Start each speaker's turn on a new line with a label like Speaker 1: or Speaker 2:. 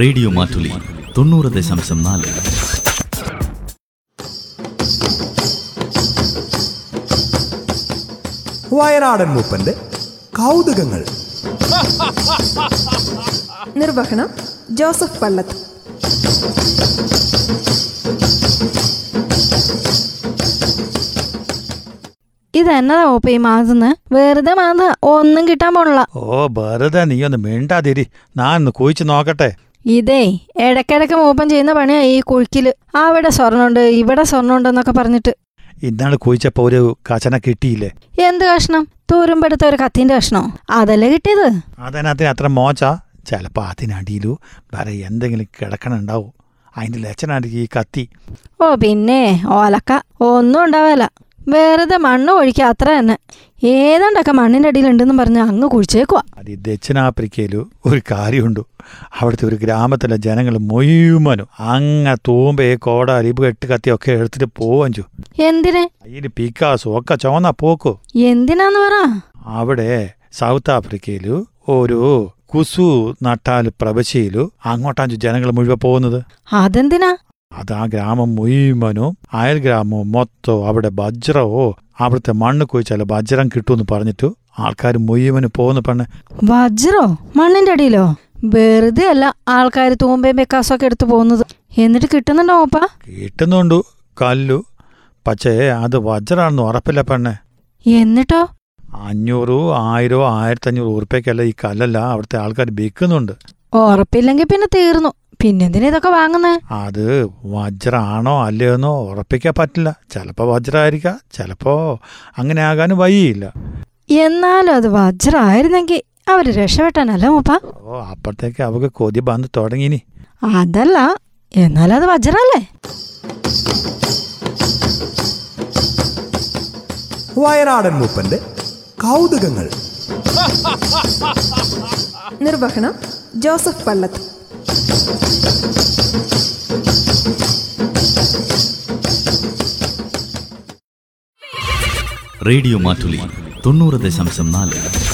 Speaker 1: radio Mattoli തൊണ്ണൂറ് ദശാംശം നാല്
Speaker 2: വയനാടൻ മൂപ്പന്റെ കൗതുകങ്ങൾ
Speaker 3: നിർവഹണം ജോസഫ് പള്ളത്ത്
Speaker 4: ഇതെന്നതാ ഓപ്പ ഈ മാന്തുന്ന വെറുതെ മാന്ത ഒന്നും കിട്ടാൻ പോണില്ല
Speaker 5: ഓ ഭരത നീ ഒന്ന് മിണ്ടാതിരി ഞാൻ ഒന്ന് കുഴിച്ച് നോക്കട്ടെ
Speaker 4: ഇതേ ഇടയ്ക്കിടയ്ക്ക് മൂപ്പൻ ചെയ്യുന്ന പണിയാ ഈ കുഴിക്കില് അവിടെ സ്വർണ്ണമുണ്ട് ഇവിടെ സ്വർണ്ണമുണ്ട് എന്നൊക്കെ പറഞ്ഞിട്ട്
Speaker 5: ഇന്നാണ് കുഴിച്ചപ്പോൾ ഒരു കച്ചന കിട്ടിയില്ലേ
Speaker 4: എന്ത് കഷ്ണം തൂരുമ്പെടുത്ത ഒരു കത്തിന്റെ കഷ്ണോ അതല്ലേ കിട്ടിയത്
Speaker 5: അതിനകത്തിന് അത്ര മോച്ചാ ചിലപ്പോൾ അതിനടിയിലു വേറെ എന്തെങ്കിലും കിടക്കണുണ്ടാവും അതിൻ്റെ ലക്ഷണമാണ് ഈ കത്തി
Speaker 4: ഓ പിന്നെ ഓലക്ക ഒന്നും ഉണ്ടാവല്ല വെറുതെ മണ്ണ് ഒഴിക്കുക അത്ര തന്നെ ഏതാണ്ടൊക്കെ മണ്ണിന്റെ അടിയിലുണ്ടെന്ന് പറഞ്ഞ് അങ്ങ് കുഴിച്ചേക്കുവാ
Speaker 5: അത് ഈ ദക്ഷിണാഫ്രിക്കയിൽ ഒരു കാര്യമുണ്ട് അവിടുത്തെ ഒരു ഗ്രാമത്തിലെ ജനങ്ങൾ മുഴുവനും അങ്ങ തൂമ്പേ കോട അരിപ്പ് കെട്ട് കത്തിയൊക്കെ എടുത്തിട്ട് പോവഞ്ചു
Speaker 4: എന്തിന്
Speaker 5: അതിൽ പിക്കാസും ഒക്കെ ചുവന്ന പോക്കോ
Speaker 4: എന്തിനാന്ന് പറ
Speaker 5: അവിടെ സൗത്ത് ആഫ്രിക്കയില് ഒരു കുസു നട്ടാല് പ്രവശ്യയിലു അങ്ങോട്ടാഞ്ചു ജനങ്ങൾ മുഴുവൻ പോകുന്നത്
Speaker 4: അതെന്തിനാ
Speaker 5: അത് ആ ഗ്രാമം മുഴുവനും അയൽ ഗ്രാമവും മൊത്തവും അവിടെ വജ്രവോ അവിടുത്തെ മണ്ണ് കുഴിച്ചാൽ വജ്രം കിട്ടുമെന്ന് പറഞ്ഞിട്ടു ആൾക്കാർ മുഴുവനും പോകുന്ന പെണ്ണ്
Speaker 4: വജ്രോ മണ്ണിന്റെ അടിയിലോ വെറുതെ അല്ല ആൾക്കാർ തൂമ്പയും ബെക്കാസും ഒക്കെ എടുത്തു പോകുന്നത് എന്നിട്ട് കിട്ടുന്നുണ്ടോ ഓപ്പ
Speaker 5: കിട്ടുന്നുണ്ടു കല്ലു പക്ഷേ അത് വജ്രാണെന്ന് ഉറപ്പില്ല പെണ്ണ്
Speaker 4: എന്നിട്ടോ
Speaker 5: അഞ്ഞൂറോ ആയിരോ ആയിരത്തഞ്ഞൂറ് ഉറുപ്പ്യക്കല്ല ഈ കല്ലല്ല അവിടുത്തെ ആൾക്കാർ വിൽക്കുന്നുണ്ട്
Speaker 4: ഉറപ്പില്ലെങ്കിൽ പിന്നെ തീർന്നു പിന്നെന്തിനാ ഇതൊക്കെ വാങ്ങുന്നേ
Speaker 5: അത് വജ്രാണോ അല്ലയോ എന്നോ ഉറപ്പിക്കാൻ പറ്റില്ല ചിലപ്പോൾ വജ്രമായിരിക്കാം ചിലപ്പോൾ അങ്ങനെ ആകാനും വഴിയില്ല
Speaker 4: എന്നാലും അത് വജ്രായിരുന്നെങ്കിൽ അവര് രക്ഷപ്പെട്ടാനല്ല മൂപ്പ
Speaker 5: ഓ അപ്പുറത്തേക്ക് അവക്ക് കൊതി വന്ന് തുടങ്ങിനി
Speaker 4: അതല്ല എന്നാലും അത് വജ്രല്ലേ
Speaker 2: വയനാടൻ മൂപ്പന്റെ കൗതുകങ്ങൾ
Speaker 3: നിർവഹണം ജോസഫ് പള്ളത്ത്
Speaker 1: റേഡിയോ മാറ്റുലി തൊണ്ണൂറ് ദശാംശം നാല്